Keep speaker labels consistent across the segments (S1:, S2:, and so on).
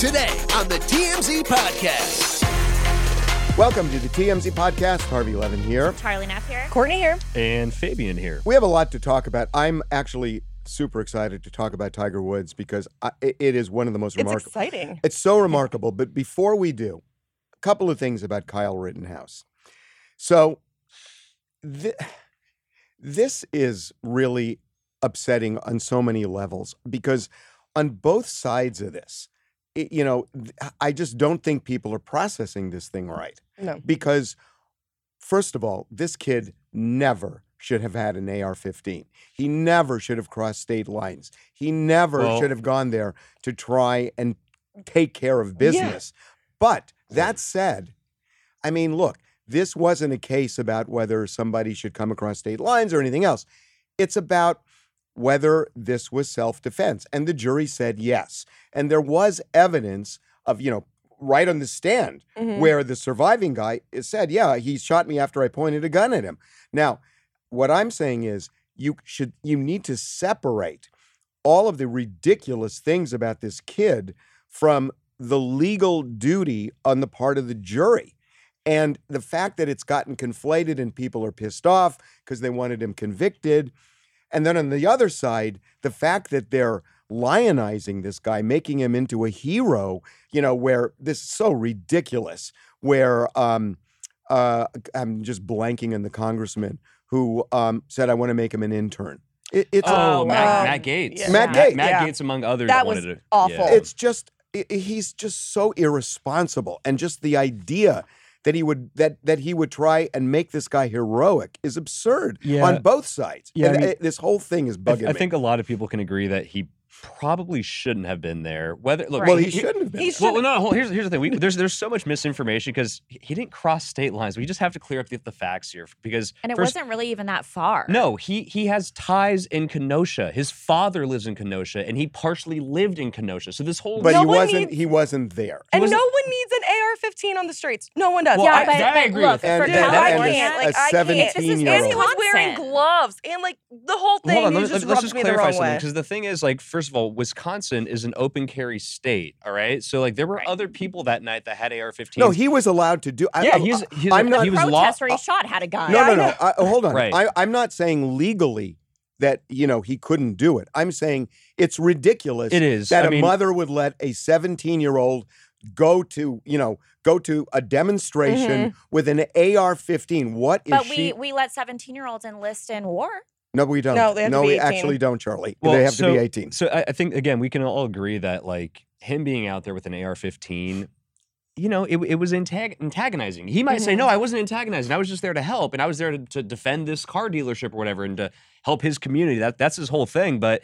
S1: Today on the TMZ Podcast.
S2: Welcome to the TMZ podcast. Harvey Levin here.
S3: Charlie Knapp here.
S4: Courtney here.
S5: and Fabian here.
S2: We have a lot to talk about. I'm actually super excited to talk about Tiger Woods because I, it- it is one of the most
S4: It's
S2: remarkable.
S4: exciting.
S2: It's so remarkable. But before we do, a couple of things about Kyle Rittenhouse. So, th- this is really upsetting on so many levels because on both sides of this, it- you know, th- I just don't think people are processing this thing right.
S4: No.
S2: Because, first of all, this kid never should have had an AR 15. He never should have crossed state lines. He never
S5: Well-
S2: should have gone there to try and take care of business. But that said, I mean, look, this wasn't a case about whether somebody should come across state lines or anything else. It's about whether this was self defense. And the jury said yes. And there was evidence of, you know, right on the stand
S4: Mhm.
S2: where the surviving guy is- said, yeah, he shot me after I pointed a gun at him. Now, what I'm saying is you should you need to separate all of the ridiculous things about this kid from the legal duty on the part of the jury. And the fact that it's gotten conflated and people are pissed off because they wanted him convicted. And then on the other side, the fact that they're lionizing this guy, making him into a hero, you know, where this is so ridiculous, where um, uh, I'm just blanking on the congressman who um, said, I want to make him an intern. It, it's
S5: Oh,
S4: Oh,
S5: Matt,
S4: wow.
S5: Matt Gates.
S4: Yeah.
S2: Matt Gates.
S5: Matt
S4: Yeah.
S5: Gates, among others.
S4: That
S5: wanted
S4: was
S5: to-
S4: awful.
S5: yeah.
S2: it's just i- i- he's just so irresponsible and just the idea that he would that that he would try and make this guy heroic is absurd
S5: Yeah.
S2: on both sides
S5: Yeah, I
S2: And
S5: mean-
S2: I- this whole thing is
S5: I,
S2: bugging
S5: I
S2: me
S5: think a lot of people can agree that he probably shouldn't have been there. Whether look,
S2: well
S4: Right.
S2: he shouldn't have been
S4: He's-
S5: Well, no. hold- Here's here's the thing. We, there's there's so much misinformation because he didn't cross state lines. We just have to clear up the, the facts here because
S3: And it
S5: was
S3: wasn't really even that far.
S5: No, he he has ties in Kenosha. His father lives in Kenosha, and he partially lived in Kenosha. So this whole
S2: but
S4: No
S2: he
S4: one
S2: wasn't
S4: needs-
S2: he wasn't there
S4: and
S5: wasn't-
S4: no one needs an AR-15 on the streets. No one does.
S5: Well,
S4: I-
S3: yeah,
S5: I-
S3: but,
S5: that
S3: but
S5: I agree
S3: look,
S5: with. And
S3: for
S2: that-
S4: I
S2: and
S3: California,
S4: can't.
S2: a
S4: Like, I can't. This is-
S2: 17-year-old.
S4: And he was wearing
S3: Wisconsin.
S4: gloves, and like the whole thing.
S5: Hold on,
S4: you
S5: let's,
S4: just
S5: let's
S4: rubbed
S5: just
S4: me the
S5: clarify
S4: wrong
S5: something
S4: way.
S5: because the thing is, like, first of all, Wisconsin is an open carry state. All right, so like there were other people that night that had AR-15s.
S2: no he was allowed to do I,
S5: yeah,
S2: I-
S5: he was. He was
S2: I'm not-
S5: He was law-
S3: protester he shot had a gun.
S2: no no no I, hold on
S5: Right.
S2: I, i'm not saying legally that you know he couldn't do it i'm saying it's ridiculous
S5: It is.
S2: that
S5: I
S2: a
S5: mean,
S2: mother would let a 17 year old go to you know go to a demonstration with an AR-15. What is
S3: But we,
S2: she?
S3: we let 17 year olds enlist in war.
S2: no, we don't.
S4: No, they have to
S2: we
S4: be 18.
S2: actually don't, Charlie.
S5: Well,
S2: they have to
S5: so-
S2: be 18.
S5: So I, I think again, we can all agree that like him being out there with an AR-15, you know, it, it was antag- antagonizing. He might say, "No, I wasn't antagonizing. I was just there to help, and I was there to, to defend this car dealership or whatever, and to help his community." That that's his whole thing. But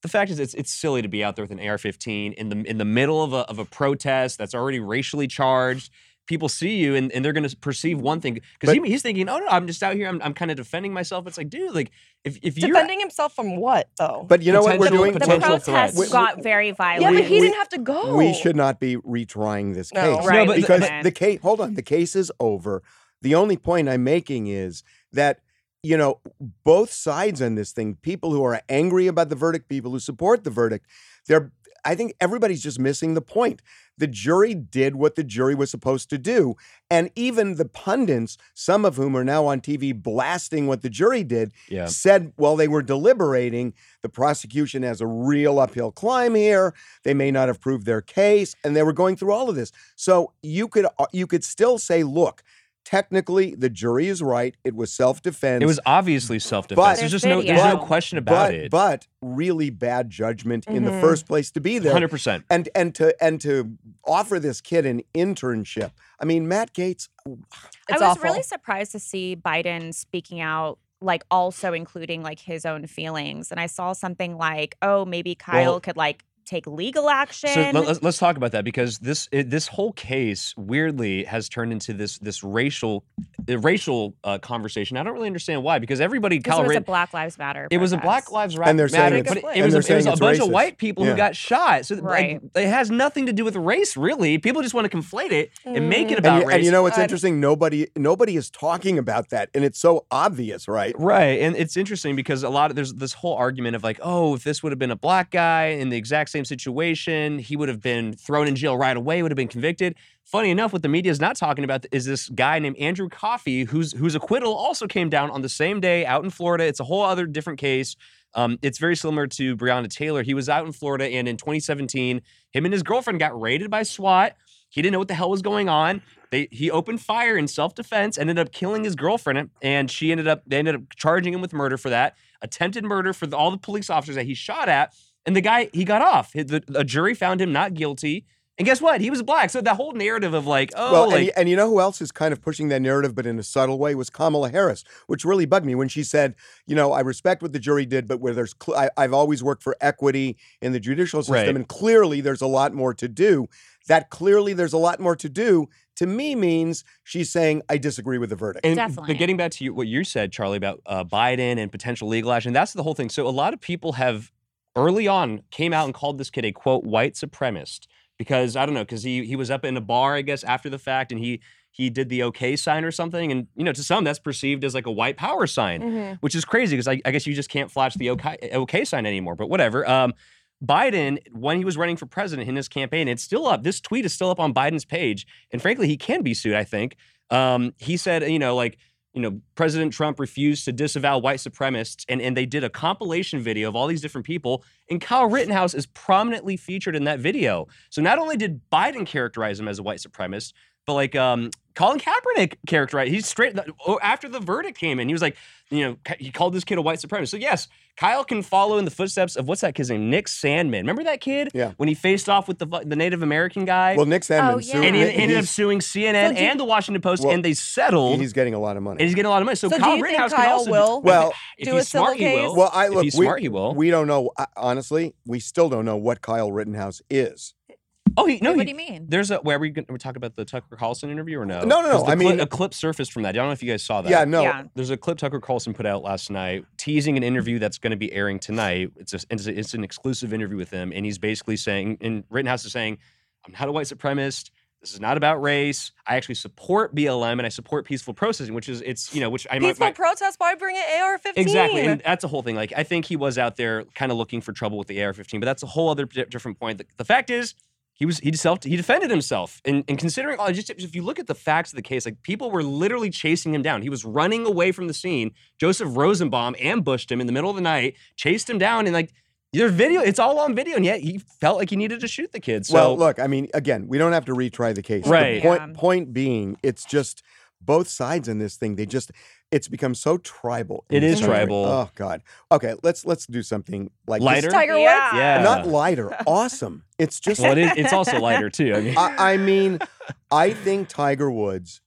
S5: the fact is, it's it's silly to be out there with an AR-15 in the in the middle of a of a protest that's already racially charged. People see you and, and they're going to perceive one thing because
S2: But-
S5: he, he's thinking, oh no, I'm just out here. I'm, I'm kind of defending myself. It's like, dude, like if, if you're
S4: Defending himself from what though?
S2: But you know what we're
S5: Potential-
S2: doing?
S3: The
S5: Potential
S3: protest
S5: threats.
S2: We-
S3: got very violent.
S4: yeah, but he
S2: we-
S4: didn't have to
S2: We-
S4: go.
S2: We should not be retrying this
S4: No,
S2: case
S4: right.
S5: No, but-
S2: because
S3: but-
S2: the case. Hold on, the case is over. The only point I'm making is that you know both sides on this thing. People who are angry about the verdict, people who support the verdict, they're. I think everybody's just missing the point. The jury did what the jury was supposed to do. And even the pundits, some of whom are now on TV blasting what the jury did,
S5: Yeah.
S2: said while they were deliberating, the prosecution has a real uphill climb here. They may not have proved their case, and they were going through all of this. So you could uh, you could still say, look, technically the jury is right. It was self-defense.
S5: It was obviously
S2: But-
S5: self-defense. There's just no,
S3: There's
S5: there's no
S3: video.
S5: question about
S2: but,
S5: it.
S2: but really bad judgment in the
S4: Mhm.
S2: first place to be there.
S5: hundred percent.
S2: and and to and to offer this kid an internship. I mean, Matt Gates.
S4: It's
S3: I was
S4: awful.
S3: really surprised to see Biden speaking out like also including like his own feelings. And I saw something like, oh, maybe Kyle
S5: Well-
S3: could like take legal action.
S5: So let, us let's talk about that because this it, this whole case weirdly has turned into this this racial uh, racial uh, conversation. I don't really understand why because everybody
S3: Because
S5: Kyle
S3: it was a
S5: Rittenhouse.
S3: Black Lives Matter.
S5: It was a
S3: protest.
S5: Black Lives
S2: And they're saying
S5: Matter,
S4: it's-
S5: but it- it
S4: and
S5: was,
S2: they're
S5: a- it was
S2: saying
S5: a
S2: it's
S5: bunch of
S2: racist.
S5: white people
S2: Yeah.
S5: who got shot. So like,
S3: Right.
S5: it has nothing to do with race, really. People just want to conflate it and make
S3: Mm-hmm.
S5: it
S4: Mm.
S5: about
S2: and, you,
S5: race.
S2: and you know what's
S4: God.
S2: interesting? Nobody nobody is talking about that, and it's so obvious, right?
S5: Right. And it's interesting because a lot of there's this whole argument of like, oh, if this would have been a black guy in the exact same situation, he would have been thrown in jail right away, would have been convicted. Funny enough, what the media is not talking about is this guy named Andrew Coffey, whose whose acquittal also came down on the same day out in Florida. It's a whole other different case. Um, it's very similar to Breonna Taylor. He was out in Florida, and in 2017, him and his girlfriend got raided by SWAT. He didn't know what the hell was going on. They he opened fire in self defense, ended up killing his girlfriend, and she ended up they ended up charging him with murder for that attempted murder for the, all the police officers that he shot at. And the guy he got off. He- The, a jury found him not guilty. And guess what? He was black. So that whole narrative of like, oh,
S2: well, and,
S5: like
S2: you, and you know who else is kind of pushing that narrative, but in a subtle way, was Kamala Harris, which really bugged me when she said, "You know, I respect what the jury did, but where there's, cl- I, I've always worked for equity in the judicial system,
S5: Right.
S2: and clearly there's a lot more to do." That clearly there's a lot more to do to me means she's saying I disagree with the verdict.
S5: And,
S3: Definitely.
S5: But getting back to you, what you said, Charlie, about uh, Biden and potential legal action, that's the whole thing. So a lot of people have early on came out and called this kid a quote white supremacist because I don't know because he he was up in a bar I guess after the fact and he he did the OK sign or something and you know to some that's perceived as like a white power sign
S4: Mhm.
S5: which is crazy because I, I guess you just can't flash the OK, OK sign anymore. But whatever. Um, Biden, when he was running for president in his campaign, it's still up. This tweet is still up on Biden's page, and frankly, he can be sued. I think um, he said, you know, like. You know, President Trump refused to disavow white supremacists, and, and they did a compilation video of all these different people, and Kyle Rittenhouse is prominently featured in that video. So not only did Biden characterize him as a white supremacist, but like um, Colin Kaepernick characterized, he's straight oh, after the verdict came in, he was like, you know, Ka- he called this kid a white supremacist. So yes, Kyle can follow in the footsteps of what's that kid's name? Nick Sandman. Remember that kid?
S2: Yeah.
S5: When he faced off with the fu- the Native American guy,
S2: well, Nick Sandman
S3: Oh,
S2: sued-
S3: yeah.
S5: and he
S2: he's-
S5: ended up suing CNN
S4: So do-
S5: and the Washington Post,
S2: Well,
S5: and they settled,
S2: he's getting a lot of money.
S5: and he's getting a lot of money. So,
S4: So do
S5: Kyle
S4: you think
S5: Rittenhouse can
S4: Kyle
S5: also
S4: will
S2: Well-
S5: if
S4: do a
S5: he's smart,
S4: civil
S5: he
S4: case?
S5: will.
S2: Well, I
S5: If
S2: look.
S5: he's
S2: we,
S5: smart, he will.
S2: We don't know. I- Honestly, we still don't know what Kyle Rittenhouse is.
S5: oh, he, no,
S3: Wait,
S5: he-
S3: what do you mean?
S5: There's a where we gonna- we talking about the Tucker Carlson interview or no?
S2: No, no, no,
S5: 'Cause the
S2: I
S5: cli-
S2: mean-
S5: a clip surfaced from that. I don't know if you guys saw that.
S2: Yeah, no.
S3: Yeah.
S5: There's a clip Tucker Carlson put out last night teasing an interview that's going to be airing tonight. It's, a, it's, a- it's an exclusive interview with him, and he's basically saying, and Rittenhouse is saying, I'm not a white supremacist. This is not about race. I actually support BLM and I support peaceful protesting, which is it's you know which I might-
S4: Peaceful
S5: might-
S4: protest. Why bring an AR-15?
S5: Exactly, and that's a whole thing. Like, I think he was out there kind of looking for trouble with the AR-15, but that's a whole other di- different point. The, the fact is, he was he self he defended himself, and, and considering all, just if you look at the facts of the case, like people were literally chasing him down. He was running away from the scene. Joseph Rosenbaum ambushed him in the middle of the night, chased him down, and like their video, it's all on video, and yet he felt like he needed to shoot the kid. So,
S2: well, look, I mean, again, we don't have to retry the case.
S5: Right.
S2: The point,
S3: Yeah.
S2: point being, it's just both sides in this thing. They just, it's become so tribal. in
S5: It
S2: this
S5: is
S2: country.
S5: tribal.
S2: Oh God. Okay, let's let's do something like this.
S5: Lighter?
S4: Tiger Woods.
S3: Yeah.
S5: yeah,
S2: Not lighter. Awesome. It's just. Uh,
S5: well, it is, it's also lighter too. I mean,
S2: I, I mean, I think Tiger Woods.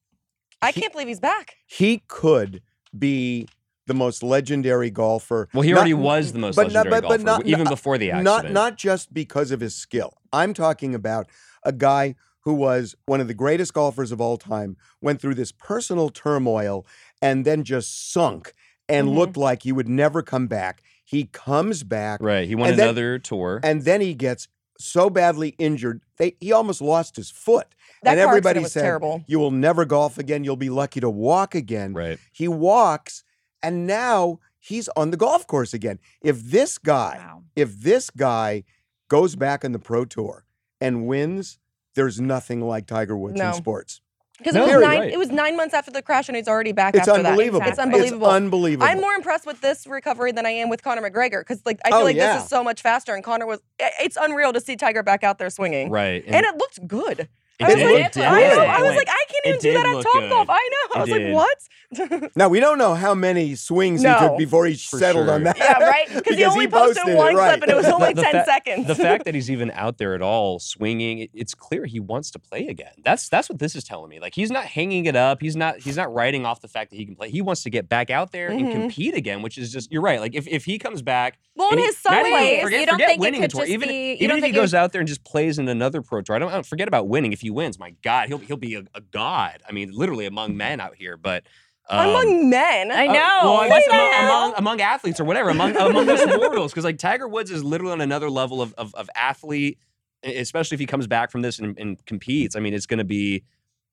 S4: I can't believe he's back.
S2: He could be the most legendary golfer.
S5: well, he
S2: Not-
S5: already was the most
S2: but not-
S5: legendary
S2: but- but
S5: golfer,
S2: not-
S5: even
S2: not-
S5: before the accident.
S2: Not not just because of his skill. I'm talking about a guy who was one of the greatest golfers of all time, went through this personal turmoil and then just sunk and
S5: Mm-hmm.
S4: Mhm.
S2: looked like he would never come back. He comes back
S5: right. He won
S2: And then-
S5: another tour.
S2: and then he gets so badly injured, they, he almost lost his foot.
S4: That
S2: and
S4: car
S2: everybody
S4: accident was
S2: said,
S4: terrible.
S2: "You will never golf again. You'll be lucky to walk again."
S5: Right.
S2: He walks, and now he's on the golf course again. If this guy
S3: Wow.
S2: if this guy goes back on the pro tour and wins, there's nothing like Tiger Woods
S4: No.
S2: in sports.
S4: Because
S5: No,
S4: it was
S2: you're
S4: nine.
S5: right.
S4: It was nine months after the crash, and he's already back.
S2: It's
S4: after
S2: unbelievable.
S4: That. It's
S3: Exactly.
S2: It's
S4: unbelievable.
S2: unbelievable.
S4: I'm more impressed with this recovery than I am with Conor McGregor because, like, I feel
S2: Oh,
S4: like
S2: yeah.
S4: this is so much faster. And Conor was—it's unreal to see Tiger back out there swinging,
S5: Right.
S4: and it looked good.
S5: It
S4: I was
S5: did-
S4: like,
S5: it did
S4: I,
S5: look
S4: know.
S5: that
S4: I was
S5: way.
S4: like, I can't
S5: It
S4: even do
S5: did
S4: that on
S5: look
S4: Top
S5: good.
S4: Golf. I know. I was
S5: did.
S4: like, what?
S2: Now we don't know how many swings he
S4: No.
S2: took before he
S5: For
S2: settled on
S5: sure.
S2: that.
S4: yeah, right? Because he only posted,
S2: it,
S4: one
S2: right.
S4: clip and it was only
S5: The
S4: 10
S5: fa-
S4: seconds.
S5: the fact that he's even out there at all swinging it- it's clear he wants to play again that's that's what this is telling me like he's not hanging it up he's not he's not writing off the fact that he can play he wants to get back out there
S4: Mhm.
S3: Mm-hmm.
S5: and compete again which is just you're right like if, if he comes back
S4: well,
S5: and
S4: and
S5: he-
S4: his
S5: not
S4: son
S5: even-
S3: plays,
S4: plays.
S5: forget,
S3: you don't
S5: forget
S3: think it
S5: winning
S3: could
S5: the tour.
S3: just
S5: even
S3: be- you
S5: even
S3: don't
S5: if he
S3: think it-
S5: goes out there and just plays in another pro tour I don't, I don't forget about winning if he wins my god he'll he'll be a, a god I mean literally among men out here but um,
S4: Among men.
S3: I
S5: uh,
S3: know.
S5: well, I
S3: What
S5: guess
S3: the
S5: among,
S3: hell?
S5: among, among athletes or whatever, among among us mortals, because like Tiger Woods is literally on another level of of, of athlete, e- especially if he comes back from this and, and competes. I mean, it's going to be,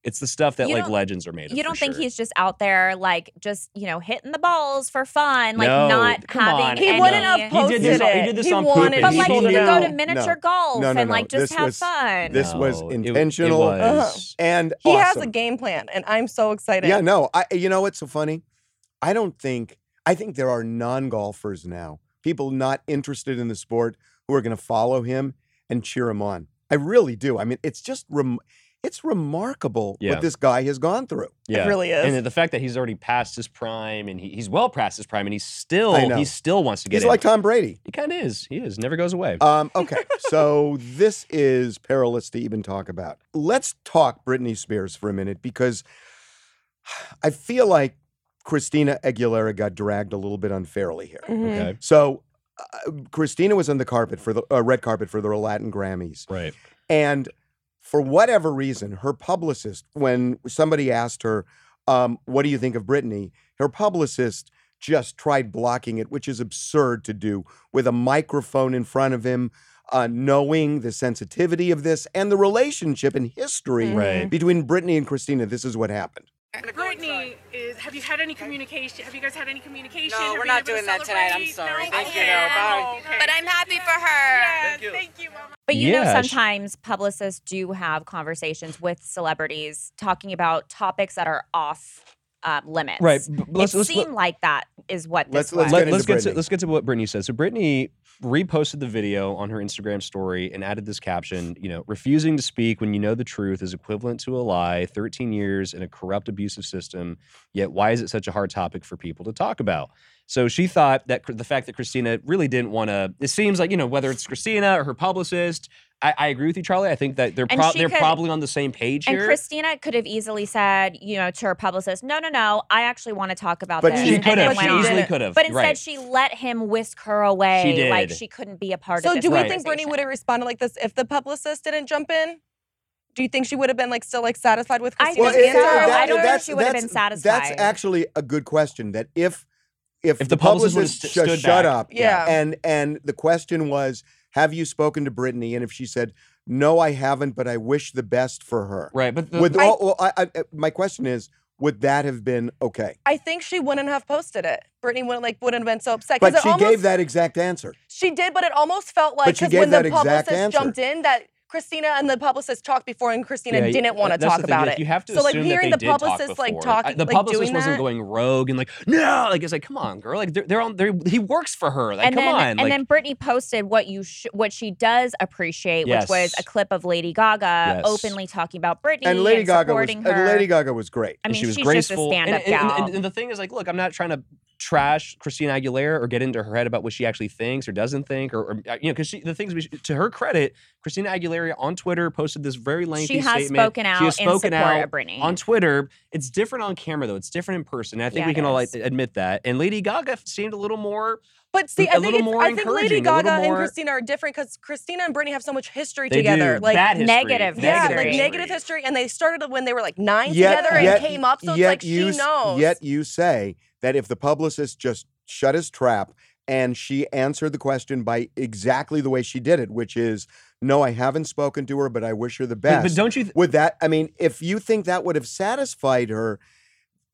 S5: it's the stuff that
S3: You
S5: like
S3: don't-
S5: legends are made of.
S3: you
S5: for
S3: don't think
S5: sure.
S3: he's just out there like just you know hitting the balls for fun, like
S5: No,
S3: not
S5: come
S3: having.
S5: on,
S4: he
S3: any-
S5: Anna.
S4: wouldn't have
S5: Uh, He
S4: posted
S5: did this
S4: it.
S5: on- he did this on
S4: wanted
S5: purpose.
S3: But
S5: He
S3: like you
S4: people to
S3: could
S4: know.
S3: go to miniature golf
S2: No, no,
S3: and like
S2: no.
S3: just
S2: This
S3: have
S2: was-
S3: fun.
S2: this was
S5: No, it- it
S2: intentional. Uh-huh.
S5: was.
S2: And
S4: He has
S2: awesome.
S4: a game plan, and I'm so excited.
S2: Yeah, no. I you know what's so funny? I don't think I think there are non-golfers now, people not interested in the sport who are going to follow him and cheer him on. I really do. I mean, it's just rem- it's remarkable
S5: Yeah.
S2: what this guy has gone through.
S5: yeah.
S4: It really is.
S5: And the fact that he's already past his prime and he, he's well past his prime and he's still
S2: I know.
S5: he still wants to get
S2: He's
S5: in.
S2: like Tom Brady.
S5: he kind of is. He is. Never goes away.
S2: Um, okay, so this is perilous to even talk about. Let's talk Britney Spears for a minute because I feel like Christina Aguilera got dragged a little bit unfairly here.
S3: Mm-hmm. Mm.
S4: Mhm.
S5: okay.
S2: So uh, Christina was on the carpet for the uh, red carpet for the Latin Grammys,
S5: Right.
S2: and for whatever reason, her publicist, when somebody asked her, um, "What do you think of Britney?" her publicist just tried blocking it, which is absurd to do with a microphone in front of him, uh, knowing the sensitivity of this and the relationship and history
S3: Mm.
S5: Right.
S2: between Britney and Christina. This is what happened.
S6: Brittany, is, have you had any communication? Have you guys had any communication?
S7: No,
S6: Have
S7: we're
S6: you
S7: not
S6: been
S7: doing
S6: able to
S7: that tonight. I'm sorry.
S6: celebrate? No?
S7: Thank you.
S6: Okay.
S7: No, bye.
S6: Oh, okay.
S7: But I'm happy for her.
S6: Yes,
S7: Thank you.
S6: Thank you, Mama.
S3: But you know,
S5: Yeah, sh-
S3: sometimes publicists do have conversations with celebrities talking about topics that are off um, limits.
S5: Right. b- Let's,
S3: it
S5: let's,
S3: seemed like that is what
S2: Let's-
S3: this was.
S2: let's
S5: Let,
S2: get
S5: us
S2: into
S5: get to,
S2: Britney.
S5: let's get to what Brittany said. So Brittany reposted the video on her Instagram story and added this caption, you know, refusing to speak when you know the truth is equivalent to a lie, 13 years in a corrupt abusive system, yet why is it such a hard topic for people to talk about? So she thought that cr- the fact that Christina really didn't want to it seems like, you know, whether it's Christina or her publicist, I, I agree with you, Charlie. I think that they're
S3: And
S5: pro-
S3: she
S5: they're
S3: could-
S5: probably on the same page
S3: and
S5: here.
S3: Christina could have easily said, you know, to her publicist, "No, no, no, I actually want to talk about
S2: But
S3: this."
S5: she
S3: and
S5: could
S3: then
S4: But
S5: have.
S3: went
S5: She
S3: on.
S5: easily
S4: didn't.
S5: could have.
S3: But instead,
S5: right.
S3: she let him whisk her away,
S5: She did.
S3: like she couldn't be a part
S4: So,
S3: of.
S4: do we
S5: Right.
S4: think Brittany would have responded like this if the publicist didn't jump in? Do you think she would have been like still like satisfied with
S3: I
S4: Christina's
S3: think
S2: it-
S4: answer?
S3: so.
S4: or
S3: I
S4: whether-
S3: don't know if she would've
S2: that's-
S3: been
S2: That's
S3: satisfied.
S2: actually a good question. That if if,
S5: If the publicist would've st-
S2: just
S5: stood
S2: shut
S5: back,
S2: up,
S4: Yeah.
S2: and and the question was, have you spoken to Brittany? And if she said, no, I haven't, but I wish the best for her.
S5: Right, but the,
S3: Mm-hmm.
S2: Would
S4: I-
S2: all, well, I, I, uh, my question is, would that have been okay?
S4: I think she wouldn't have posted it. Brittany wouldn't like wouldn't have been so upset. 'Cause
S2: But she
S4: it almost,
S2: gave that exact answer.
S4: She did, but it almost felt like
S2: But she
S4: because
S2: gave
S4: when
S2: that
S4: the
S2: exact
S4: publicist
S2: answer.
S4: jumped in, that Christina and the publicist talked before, and Christina
S5: Yeah,
S4: didn't want to
S5: that's the
S4: talk
S5: thing,
S4: about
S5: like,
S4: it.
S5: You have to
S4: so like
S5: assume that
S4: hearing
S5: they
S4: the
S5: did talk
S4: publicist like
S5: before. I-
S4: talking,
S5: the
S4: like
S5: publicist
S4: doing
S5: wasn't
S4: that.
S5: going rogue and like no, like it's like come on, girl, like they're, they're on. They're, he works for her. Like
S3: and
S5: come
S3: then,
S5: on,
S3: and
S5: like
S3: then Brittany posted what you sh- what she does appreciate, which was
S5: Yes.
S3: a clip of Lady Gaga
S5: Yes.
S3: openly talking about Britney
S2: And Lady Gaga was
S3: supporting
S2: and
S3: her.
S2: Lady Gaga was great.
S3: I
S5: and
S3: mean,
S5: she was
S3: she's
S5: graceful.
S3: just a
S5: and,
S3: stand-up
S5: and-
S3: gal.
S5: and- and the thing is, like, look, I'm not trying to trash Christina Aguilera or get into her head about what she actually thinks or doesn't think, or, or you know, because the things we, sh- to her credit, Christina Aguilera on Twitter posted this very lengthy
S3: she has
S5: statement.
S3: spoken out
S5: She has
S3: in
S5: spoken
S3: support
S5: out
S3: of Britney.
S5: on Twitter. It's different on camera though. It's different in person. And I think
S3: Yeah,
S5: we
S3: it
S5: can all
S3: is.
S5: like, admit that. And Lady Gaga seemed a little more.
S4: But see,
S5: a
S4: I think
S5: little
S4: it's,
S5: more
S4: I think Lady
S5: encouraging, a little
S4: Gaga and
S5: more-
S4: Christina are different because Christina and Brittany have so much history
S5: They
S4: together.
S5: do.
S4: Like
S5: That history.
S3: negative
S4: yeah,
S3: history.
S4: like negative history, and they started when they were like nine
S2: Yet-
S4: together and
S2: yet-
S4: came up. So it's
S2: yet
S4: like she
S2: you, s-
S4: knows.
S2: Yet you say that if the publicist just shut his trap and she answered the question by exactly the way she did it, which is, no, I haven't spoken to her, but I wish her the
S5: But,
S2: best.
S5: but don't you? Th-
S2: Would that, I mean, if you think that would have satisfied her,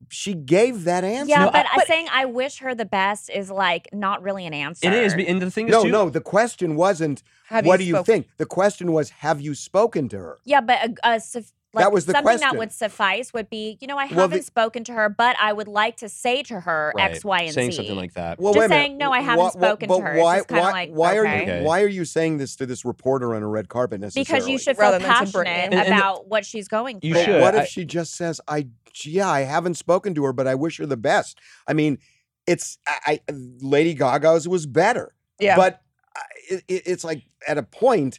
S2: she gave that answer.
S3: yeah,
S5: No,
S3: but,
S5: I-
S3: I, saying I wish her the best is like not really an answer.
S5: it is, and the thing is
S2: No,
S5: too,
S2: no, the question wasn't,
S4: Have
S2: what do you
S4: spoke-
S2: think? The question was, have you spoken to her?
S3: Yeah, but a, a, suf- Like,
S2: That was the
S3: something
S2: question.
S3: that would suffice would be, you know, I
S2: Well,
S3: haven't
S2: the-
S3: spoken to her, but I would like to say to her
S5: right.
S3: X, Y, and
S5: saying
S3: Z.
S5: something like that.
S2: Well,
S3: Just
S2: wait a minute.
S3: saying, no, I
S2: Wh-
S3: haven't
S2: wh-
S3: spoken
S2: but
S3: to her. It's
S2: Why?
S3: just kinda
S2: why-
S3: like,
S2: why are you?
S3: okay.
S2: Why are you saying this to this reporter on a red carpet necessarily?
S3: because you should feel
S4: Rather than to
S3: passionate
S4: bring- And-
S5: and the-
S3: about what she's going through.
S5: You
S2: But
S5: should.
S2: what if
S5: I-
S2: she just says, "I, yeah, I haven't spoken to her, but I wish her the best." I mean, it's I, I Lady Gaga's was better,
S4: Yeah.
S2: but I, it, it- it's like at a point,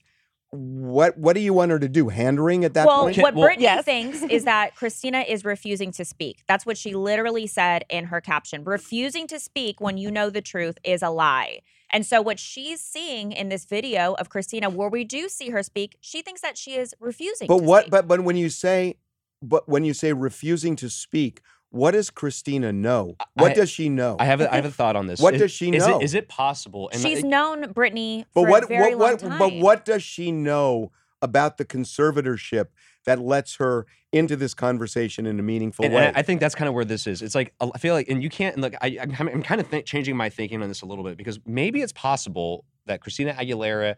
S2: what what do you want her to do? Hand wring at that
S3: well,
S2: point?
S3: what
S5: Well-
S3: Brittany
S4: Yes.
S3: thinks is that Christina is refusing to speak. That's what she literally said in her caption. Refusing to speak when you know the truth is a lie. And so, what she's seeing in this video of Christina, where we do see her speak, she thinks that she is refusing.
S2: But
S3: to
S2: what?
S3: speak.
S2: But but when you say, but when you say refusing to speak, what does Christina know? What
S5: I-
S2: does she know?
S5: I have a, I have a thought on this.
S2: What
S5: Is-
S2: does she
S5: is it-
S2: know?
S5: Is it possible? and
S3: she's
S5: I-
S3: known Brittany
S2: but
S3: for
S2: what
S3: a very
S2: what
S3: long
S2: what?
S3: time.
S2: But what does she know about the conservatorship that lets her into this conversation in a meaningful
S5: And,
S2: way?
S5: and I I think that's kind of where this is. It's like I feel like, and you can't. And look, I, I'm, I'm kind of th- changing my thinking on this a little bit because maybe it's possible that Christina Aguilera,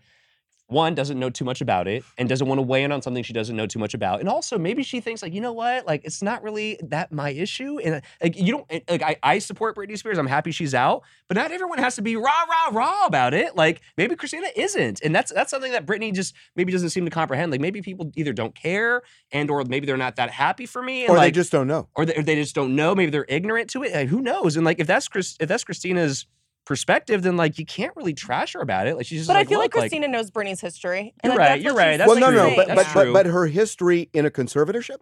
S5: one, doesn't know too much about it and doesn't want to weigh in on something she doesn't know too much about, and also maybe she thinks like, you know what, like it's not really that my issue, and uh, like you don't and, like I, I support Britney Spears. I'm happy she's out, but not everyone has to be rah rah rah about it. Like maybe Christina isn't, and that's that's something that Britney just maybe doesn't seem to comprehend. Like maybe people either don't care and or maybe they're not that happy for me, and
S2: or
S5: like
S2: they just don't know.
S5: or they, or they just don't know. Maybe they're ignorant to it. Like, who knows? And like, if that's Chris, if that's Christina's perspective, then like, you can't really trash her about it. Like, she's just.
S4: But I
S5: like,
S4: feel like
S5: look,
S4: Christina knows Bernie's history.
S5: You're
S4: like,
S5: right,
S4: that's
S5: you're
S4: what she's
S5: right, that's
S2: well, no,
S4: saying.
S2: no,
S5: true.
S2: but
S5: That's
S2: but, but
S5: true.
S2: but her history in a conservatorship.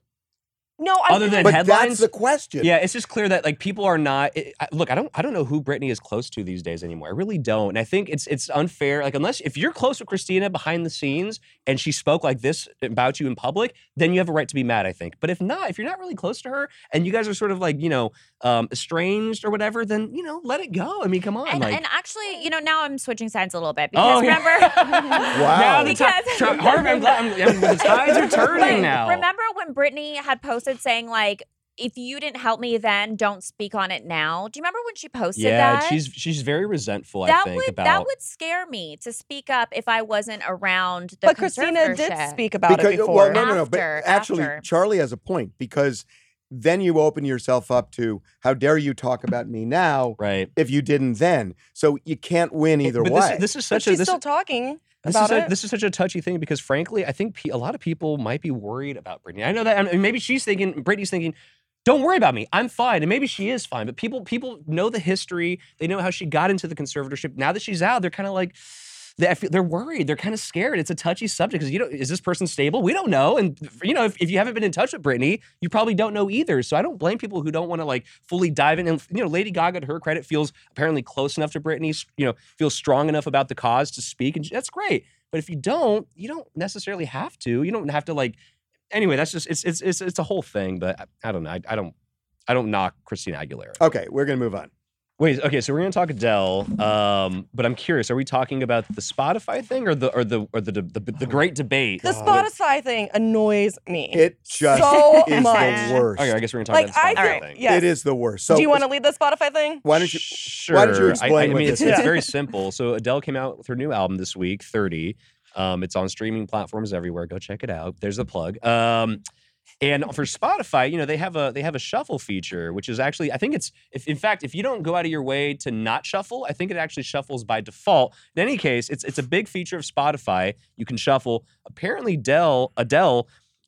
S4: no. I
S5: Other
S4: feel like,
S5: than
S2: But
S5: headlines?
S2: that's the question.
S5: Yeah, it's just clear that like people are not. It, I, look, I don't, I don't know who Brittany is close to these days anymore. I really don't. And I think it's, it's unfair. Like, unless if you're close with Christina behind the scenes and she spoke like this about you in public, then you have a right to be mad. I think. But if not, if you're not really close to her and you guys are sort of like, you know, um, estranged or whatever, then you know, let it go. I mean, come on.
S3: And,
S5: like,
S3: and actually, you know, now I'm switching sides a little bit because
S5: Oh, yeah.
S3: remember,
S5: Now the ti-
S3: Because-
S5: Tr- Harvey, I'm glad- I'm- I'm- the tides are turning
S3: Wait,
S5: now.
S3: Remember when Brittany had posted saying like, "If you didn't help me then, don't speak on it now." Do you remember when she posted
S5: yeah,
S3: that?
S5: she's she's very resentful. I
S3: that
S5: think
S3: would
S5: about
S3: that would scare me to speak up if I wasn't around. The
S4: but Christina did
S3: conservatorship.
S4: speak about it before.
S2: Well, no, no, no. But
S3: After,
S2: actually,
S3: after.
S2: Charlie has a point because then you open yourself up to how dare you talk about me now
S5: right.
S2: if you didn't then. So you can't win either
S5: but
S2: way.
S5: This, this is
S4: But
S5: such a
S4: she's
S5: this,
S4: still talking
S5: this
S4: about
S5: is a,
S4: it.
S5: this is such a touchy thing because frankly, I think pe- a lot of people might be worried about Brittany. I know that I mean, maybe she's thinking, Brittany's thinking. Don't worry about me. I'm fine, and maybe she is fine. But people, people know the history. They know how she got into the conservatorship. Now that she's out, they're kind of like, they, I feel, they're worried. They're kind of scared. It's a touchy subject because you know, is this person stable? We don't know. And you know, if, if you haven't been in touch with Brittany, you probably don't know either. So I don't blame people who don't want to like fully dive in. And you know, Lady Gaga, to her credit, feels apparently close enough to Brittany. s- You know, feels strong enough about the cause to speak, and that's great. But if you don't, you don't necessarily have to. You don't have to like. Anyway, that's just it's it's it's, it's a whole thing. But I, I don't know. I, I don't I don't knock Christina Aguilera.
S2: okay, we're gonna move on.
S5: Wait, okay, so we're gonna talk Adele, um, but I'm curious: Are we talking about the Spotify thing, or the or the or the the, the great debate?
S4: the Spotify thing annoys me.
S2: It just
S4: So
S2: is
S4: much.
S2: the worst.
S5: Okay, I guess we're gonna talk
S4: like
S5: about the
S4: I
S5: Spotify
S4: think.
S5: thing.
S4: Yes.
S2: It is the worst. So
S4: Do you want to lead the Spotify thing?
S2: Why don't you?
S5: Sure.
S2: why don't you
S5: I, I
S2: explain what
S5: mean,
S2: this
S5: it's, it's
S4: is?
S5: very simple. So Adele came out with her new album this week, 30. Um, it's on streaming platforms everywhere. Go check it out. There's the plug. Um, and for Spotify, you know, they have a they have a shuffle feature, which is actually I think it's if in fact if you don't go out of your way to not shuffle, I think it actually shuffles by default. In any case, it's it's a big feature of Spotify. You can shuffle. Apparently, Dell Adele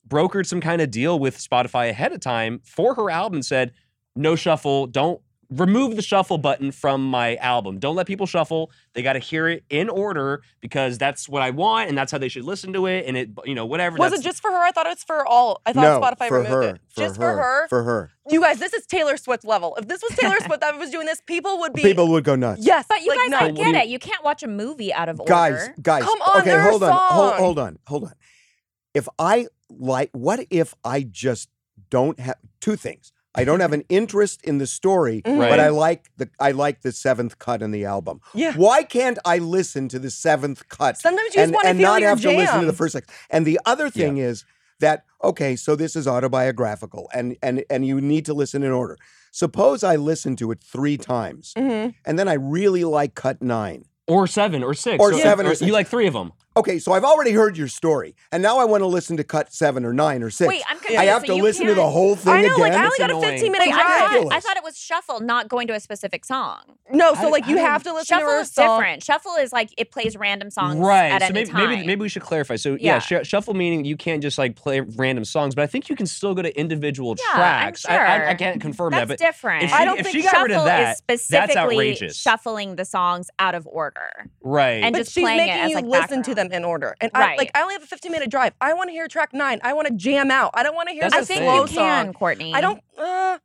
S5: brokered some kind of deal with Spotify ahead of time for her album and said, no shuffle, don't remove the shuffle button from my album. Don't let people shuffle. They got to hear it in order because that's what I want and that's how they should listen to it and it you know whatever
S4: Was
S5: that's,
S4: it just for her? I thought it was for all. I thought
S2: no,
S4: Spotify
S2: for
S4: removed
S2: her,
S4: it.
S2: For
S4: just
S2: her,
S4: for her.
S2: For her,
S4: you guys, this is Taylor Swift level. If this was Taylor Swift that was doing this, people would be
S2: people would go nuts.
S4: Yes,
S3: But you
S4: like,
S3: guys,
S4: no.
S3: I get it. You can't watch a movie out of order.
S2: guys, guys.
S4: Come on,
S2: okay,
S4: they're a
S2: hold on, hold,
S4: song.
S2: hold on, hold on. If I like, what if I just don't have two things? I don't have an interest in the story,
S4: Mhm.
S2: but
S5: Right.
S2: I like the I like the seventh cut in the album.
S4: Yeah.
S2: Why can't I listen to the seventh cut?
S4: Sometimes you just
S2: and,
S4: wanna
S2: and
S4: feel
S2: not
S4: your
S2: have to listen to
S4: jam.
S2: the first six. And the other thing is that okay, so this is autobiographical, and and and you need to listen in order. Suppose I listen to it three times,
S4: Mhm.
S2: and then I really like cut nine.
S5: or 7 or 6
S2: Or seven or six.
S5: You like 3 of them.
S2: Okay, so I've already heard your story, and now I want to listen to cut seven or nine or six.
S3: Wait, I'm
S2: I
S3: confused.
S2: have
S3: So
S2: to
S3: you
S2: listen to the
S3: can't-
S2: whole thing
S4: I know,
S2: again.
S4: like I
S5: It's
S4: only got a
S5: annoying.
S4: 15 minute
S3: Wait, I
S4: drive.
S3: thought, I
S2: ridiculous.
S3: thought it was shuffle, not going to a specific song.
S4: No, so
S5: I-
S4: like
S5: I
S4: you
S5: don't-
S4: have to listen
S3: Shuffle
S4: to
S3: is
S4: Ursal.
S3: different. Shuffle is like it plays random songs
S5: right.
S3: at
S5: so
S3: any
S5: maybe,
S3: time.
S5: maybe maybe we should clarify. So
S3: Yeah.
S5: yeah, sh- shuffle meaning you can't just like play random songs, but I think you can still go to individual
S3: Yeah, I'm
S5: tracks. I, I, I
S3: sure.
S5: can't confirm
S3: That's
S5: that, but
S3: different.
S5: if she-
S4: I don't
S5: if
S4: think
S5: she got
S3: shuffle
S5: rid of that,
S3: is specifically
S5: outrageous.
S3: shuffling the songs out of order.
S5: right?
S3: and
S4: But
S3: just
S4: she's
S3: playing it
S4: making
S3: as,
S4: you
S3: like,
S4: listen to
S3: background.
S4: them in order. And I
S3: Right.
S4: like I only have a 15 minute drive. I want to hear track nine. I want to jam out. I don't want to hear
S5: That's
S4: the
S3: I
S5: the
S3: think
S4: slow
S3: you can,
S4: song.
S3: Courtney.
S4: I don't uh,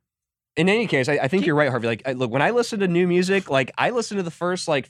S5: in any case, I, I think you're right, Harvey. Like, I, look, when I listen to new music, like I listen to the first like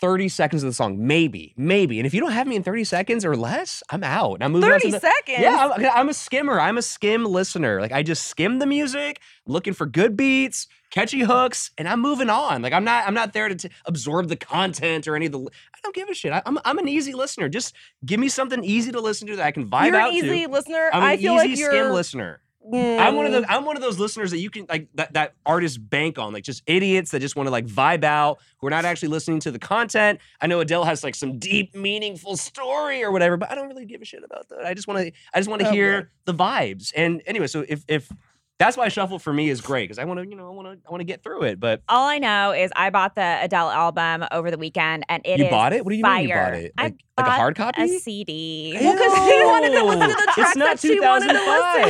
S5: 30 seconds of the song, maybe, maybe. And if you don't have me in 30 seconds or less, I'm out. And I'm moving on
S4: 30
S5: to the.
S4: seconds.
S5: Yeah, I'm, I'm a skimmer. I'm a skim listener. Like I just skim the music, looking for good beats, catchy hooks, and I'm moving on. Like I'm not I'm not there to t- absorb the content or any of the. I don't give a shit. I, am I'm an easy listener. Just give me something easy to listen to that I can vibe
S4: you're
S5: out
S4: an easy
S5: to.
S4: listener.
S5: I'm an
S4: I
S5: easy
S4: feel like you're mm.
S5: skim listener. I'm one of those. I'm one of those listeners that you can like that that artists bank on, like just idiots that just want to like vibe out, who are not actually listening to the content. I know Adele has like some deep, meaningful story or whatever, but I don't really give a shit about that. I just want to. I just want to
S4: Oh,
S5: hear the vibes. And anyway, so if if that's why shuffle for me is great because I want to you know I want to I want to get through it. But
S3: All I know is I bought the Adele album over the weekend, and it
S5: you
S3: is
S5: bought it? What do you mean you bought
S3: fire.
S5: it?
S3: I
S5: Like like a
S3: bought
S5: hard copy?
S3: a CD.
S4: Well, 'cause she wanted to listen to the
S5: Ew.
S4: tracks
S5: it's not
S4: that she wanted to listen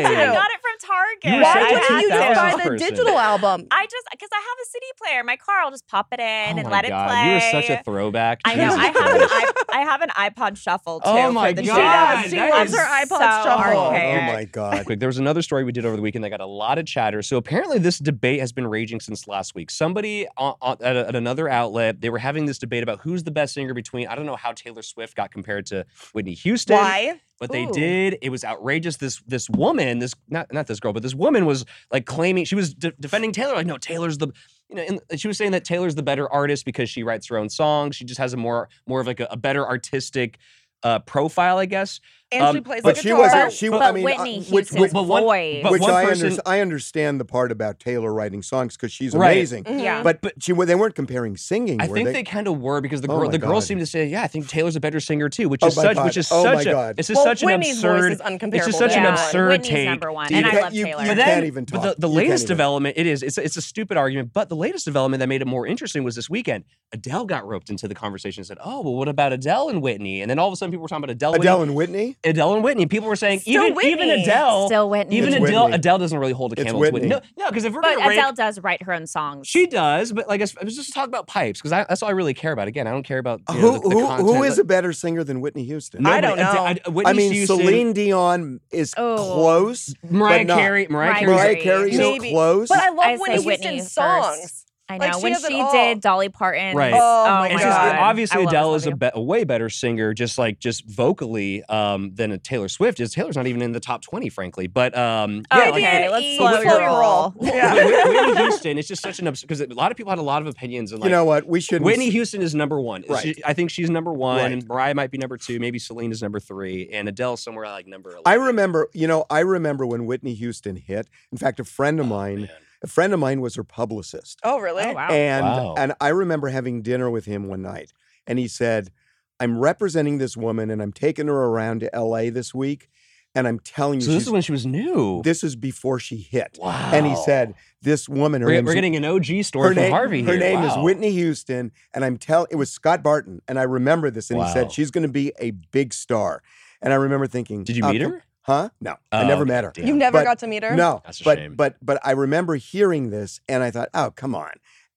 S5: 2005.
S4: to.
S3: I got it from
S5: You
S3: Target.
S5: were
S4: Why
S5: such a
S3: I
S4: wouldn't you
S3: had
S4: just
S3: to.
S4: buy
S5: 2000
S4: the
S5: person.
S4: digital album?
S3: I just because I have a CD player in my car, I'll just pop it in
S5: oh
S3: and
S5: my
S3: let it
S5: God,
S3: play.
S5: You were such a throwback.
S3: I know.
S5: Jesus
S3: I have,
S5: Christ.
S3: an iP- I have an iPod Shuffle too.
S5: Oh my
S3: for the
S5: God,
S3: Judas.
S5: that
S3: I'm
S5: is
S4: so
S2: oh
S4: archaic.
S2: my god!
S5: quick. There was another story we did over the weekend that got a lot of chatter. So apparently, this debate has been raging since last week. Somebody on, on, at, a- at another outlet, they were having this debate about who's the best singer between. I don't know how Taylor Swift got compared to Whitney Houston.
S4: Why?
S5: But they
S3: Ooh.
S5: did. It was outrageous. This this woman, this not not this girl, but this woman was like claiming she was de- defending Taylor. Like, no, Taylor's the you know, and she was saying that Taylor's the better artist because she writes her own songs. She just has a more more of like a, a better artistic uh, profile, I guess.
S4: And
S5: Um,
S4: she plays
S2: But
S4: the
S2: she was.
S4: guitar.
S2: not She.
S3: But
S2: I mean, uh,
S3: Whitney
S2: which,
S3: Houston's
S2: which,
S5: But one-
S3: voice.
S5: but
S2: which
S5: one
S2: I,
S5: person-
S2: underst- I understand the part about Taylor writing songs because she's
S5: Right.
S2: amazing.
S4: Mhm.
S3: Yeah.
S2: But but she they weren't comparing singing.
S5: I
S2: were
S5: think they, kind of were because the
S2: Oh
S5: girl,
S2: my
S5: the girls
S2: God.
S5: seem to say, yeah, I think Taylor's a better singer too, which
S2: Oh
S5: is
S2: my
S5: such,
S2: God.
S5: which is
S2: Oh my
S5: such a,
S2: God.
S5: it's just
S4: well,
S5: such
S4: Whitney's
S5: an absurd.
S4: voice is uncomparable.
S5: It's just such an
S4: to
S3: Yeah.
S4: mine.
S5: absurd
S3: uh, Whitney's
S5: take.
S3: number one,
S2: You
S3: and I
S2: can't-
S3: love
S2: you-
S3: Taylor.
S2: you
S5: But
S2: can't
S5: then-
S2: even
S5: but
S2: talk.
S5: the, the
S2: You can't
S5: latest
S2: even.
S5: development, it is, it's a, it's a stupid argument, but the latest development that made it more interesting was this weekend. Adele got roped into the conversation and said, oh, well, what about Adele and Whitney? And then all of a sudden people were talking about Adele,
S2: Adele
S5: Whitney,
S2: and Whitney.
S5: Adele and Whitney. People were saying,
S4: Still
S5: even, even
S4: Whitney.
S5: Adele,
S3: Still Whitney.
S5: even
S2: It's
S5: Adele,
S2: Whitney.
S5: Adele doesn't really hold a
S2: It's
S5: candle to Whitney. No,
S2: Whitney.
S5: no, because if we're
S3: But
S5: gonna rank-
S3: Adele does write her own songs.
S5: she does, but like I s- I was just talking about pipes because that's all I really care about. Again, I don't care about you know,
S2: Who
S5: the, the
S2: who
S5: content.
S2: who is
S5: but-
S2: a better singer than Whitney Houston?
S4: I don't
S5: but Ade-
S4: know.
S5: Whitney
S2: I mean,
S5: Houston,
S2: Celine Dion is
S3: Oh.
S2: close.
S5: Mariah
S2: but not.
S5: Carey, Mariah
S3: Mariah
S5: Carey.
S3: Carey.
S2: Mariah Carey is
S4: Maybe.
S2: close.
S4: But I love
S3: I say
S4: Whitney
S3: Whitney
S4: Houston's
S3: first.
S4: songs.
S3: I know
S4: Like, she
S3: when
S4: has it
S3: she
S4: all.
S3: did Dolly Parton.
S5: Right.
S4: Oh my
S5: And
S4: God.
S5: she's- and
S3: I
S5: obviously,
S3: love
S5: Adele
S3: this
S5: is a,
S3: video.
S5: be- a way better singer, just like just vocally, um, than a Taylor Swift is. Taylor's not even in the top twenty, frankly. But um,
S3: Oh,
S5: yeah, like,
S3: okay,
S4: Maybe
S3: let's
S4: an
S3: slow
S4: E
S3: your
S4: floating
S3: roll.
S4: roll.
S5: Whitney Whitney Houston, it's just such an because a lot of people had a lot of opinions. And like,
S2: you know what? We shouldn't.
S5: Whitney Houston is number one.
S2: Right.
S5: She- I think she's number one,
S2: Right.
S5: and Mariah might be number two. Maybe Celine is number three, and Adele's somewhere like number eleven.
S2: I remember, you know, I remember when Whitney Houston hit. In fact, a friend of
S5: Oh,
S2: mine, a friend of mine was her publicist.
S4: Oh, really?
S3: Oh, wow.
S2: And
S5: Wow.
S2: and I remember having dinner with him one night and he said, "I'm representing this woman and I'm taking her around to LA this week and I'm telling you
S5: So this
S2: she's-
S5: is when she was new.
S2: this is before she hit."
S5: wow.
S2: And he said, "This woman her
S5: we're,
S2: name's-
S5: we're getting an OG story from
S2: name,
S5: Harvey
S2: her
S5: here.
S2: name is
S5: Wow.
S2: Whitney Houston, and I'm tell it was Scott Barton, and I remember this, and he
S5: Wow.
S2: said she's going to be a big star, and I remember thinking,
S5: Did you
S2: "Oh,
S5: meet
S2: come-
S5: her?
S2: Huh? No, I
S5: Oh,
S2: never
S5: okay.
S2: met her.
S5: uh, Damn.
S4: You never
S2: But-
S4: got to meet her?
S2: No,
S5: That's a
S2: but
S5: shame.
S2: but but I remember hearing this, and I thought, oh come on,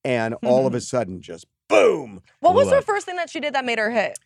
S2: and all
S4: Mm-hmm.
S2: of a sudden, just boom!
S4: What was
S5: Ooh,
S4: her
S5: I-
S4: first thing that she did that made her hit?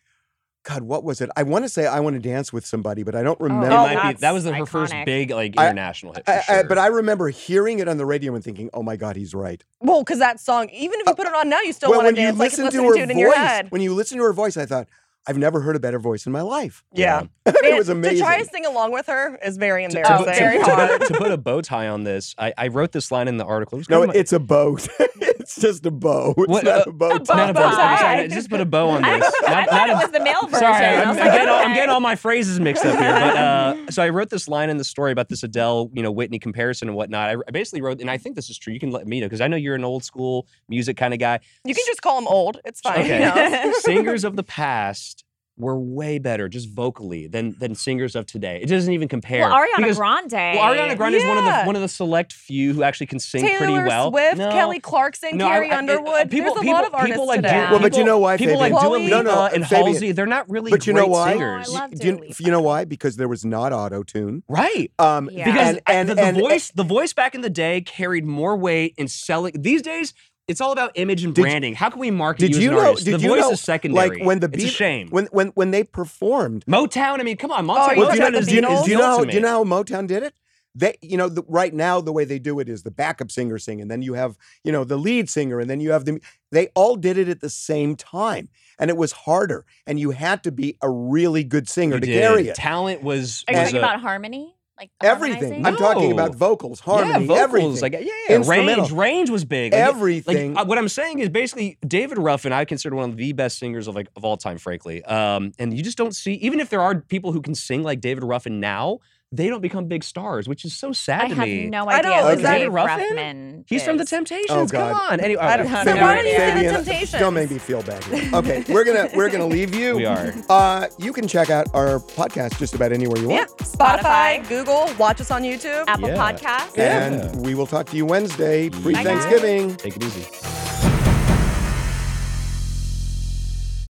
S2: God, what was it? I want to say I want to dance with somebody, but I don't
S5: It
S2: remember.
S3: Oh,
S5: might be,
S3: that's
S5: that was her first
S3: iconic.
S5: big like
S2: I-
S5: international hit. For
S2: I- I-
S5: sure.
S2: but I remember hearing it on the radio and thinking, "Oh my God, he's right."
S4: Well, because that song, even if you put it on now, you still
S2: well, Oh,
S4: want
S2: when
S4: to dance.
S2: you
S4: Like it's
S2: listen
S4: listening
S2: to her
S4: to it in
S2: voice,
S4: your head.
S2: when you listen to her voice, I thought, "I've never heard a better voice in my life."
S4: Yeah.
S2: it was
S4: To
S2: amazing.
S4: try to sing along with her is very
S5: To- to-
S4: embarrassing.
S5: to-
S4: very
S5: to,
S4: hard.
S5: put a, to put a bow tie on this, I, I wrote this line in the article. It was
S2: No,
S5: kind of my-
S2: it's a bow. it's just a bow. It's
S5: What,
S2: not
S5: uh,
S2: a bow.
S5: it's not a bow tie.
S3: tie.
S5: Sorry, just put a bow on
S3: I,
S5: this.
S3: I
S5: Not-
S3: thought
S5: not
S3: it
S5: a-
S3: was the male version.
S5: Sorry,
S3: I
S5: I'm,
S3: was
S5: I'm
S3: like,
S5: getting all, I'm
S3: okay.
S5: getting all my phrases mixed up here. But uh, so I wrote this line in the story about this Adele, you know, Whitney comparison and whatnot. I, I basically wrote, and I think this is true. You can let me know because I know you're an old school music kind of guy.
S4: You can just call him old. It's fine.
S5: Okay.
S4: You know?
S5: Singers of the past were way better just vocally than than singers of today. It doesn't even compare.
S3: Well, Ariana
S5: because,
S3: Grande.
S5: Well, Ariana Grande is one of the
S4: Yeah.
S5: one of the select few who actually can sing
S4: Taylor
S5: pretty well.
S4: Swift,
S5: No.
S4: Kelly Clarkson,
S5: No, I-
S4: Carrie
S5: I- it- uh,
S4: Underwood.
S5: people,
S4: There's a
S5: people,
S4: lot of
S5: people
S4: artists
S5: like
S4: today.
S2: Well,
S5: Dua-
S2: but you
S5: people-
S2: know why,
S5: People like
S2: Fabian?
S5: Dua
S2: No,
S5: Lipa
S2: no,
S5: and
S2: Fabian.
S5: Halsey, they're not really
S2: But you
S5: great
S2: know why?
S5: singers.
S3: Oh, I love
S2: Do you,
S3: Dua Lipa.
S2: you know why? Because there was not auto tune.
S5: right.
S2: Um,
S3: Yeah.
S5: Because
S2: and,
S5: I-
S2: and,
S5: the, the
S2: and-
S5: voice, the voice back in the day carried more weight in selling. These days, it's all about image and
S2: Did-
S5: branding. How can we market
S2: Did
S5: you as
S2: you
S5: an
S2: know?
S5: artist?
S2: Did
S5: the
S2: you
S5: voice
S2: know?
S5: is secondary.
S2: Like when the
S5: it's a
S2: Beat-
S5: shame.
S2: when when when they performed.
S5: Motown, I mean, come on,
S4: Oh, you
S5: Motown,
S2: do you
S4: talking
S5: Motown
S2: know?
S4: about
S5: is
S2: Do you
S4: the
S2: know?
S4: Beatles?
S2: Do you know, how, do you know
S5: ultimate.
S2: how Motown did it? They, you know, the, right now the way they do it is the backup singer sing, and then you have you know the lead singer, and then you have the. They all did it at the same time, and it was harder, and you had to be a really good singer
S5: You
S2: to
S5: did.
S2: carry it.
S5: Talent was.
S3: Are you
S5: was
S3: talking
S5: a-
S3: about harmony? Like
S2: Everything.
S3: harmonizing?
S2: I'm talking about
S5: No.
S2: vocals, harmony,
S5: yeah, vocals,
S2: everything.
S5: Like, yeah, yeah,
S2: Instrumental.
S5: range. Range was big. Like,
S2: Everything.
S5: Like, uh, what I'm saying is basically David Ruffin, I consider one of the best singers of like of all time, frankly. Um, and you just don't see, even if there are people who can sing like David Ruffin now, they don't become big stars, which is so sad
S3: I
S5: to
S3: have
S5: me.
S3: no
S4: I
S3: idea.
S4: know,
S3: who
S2: is that
S3: Dave
S5: Ruffin?
S3: Ruffman
S5: He's from the
S3: is.
S5: Temptations.
S2: Oh,
S5: Come
S2: God.
S5: on. Anyway,
S4: I don't
S5: have
S4: know.
S5: no
S4: So why do you
S5: idea.
S4: say the
S2: Fabian,
S4: Temptations?
S2: Don't make me feel bad. Here. Okay, we're gonna we're gonna leave you.
S5: We are.
S2: Uh, you can check out our podcast just about anywhere you
S4: Yeah.
S2: want,
S4: Spotify,
S3: Spotify.
S4: Google, watch us on YouTube.
S3: Apple
S5: Yeah.
S3: Podcast.
S5: Yeah.
S2: and we will talk to you Wednesday, pre
S5: Bye, guys.
S2: Thanksgiving.
S5: Take it easy.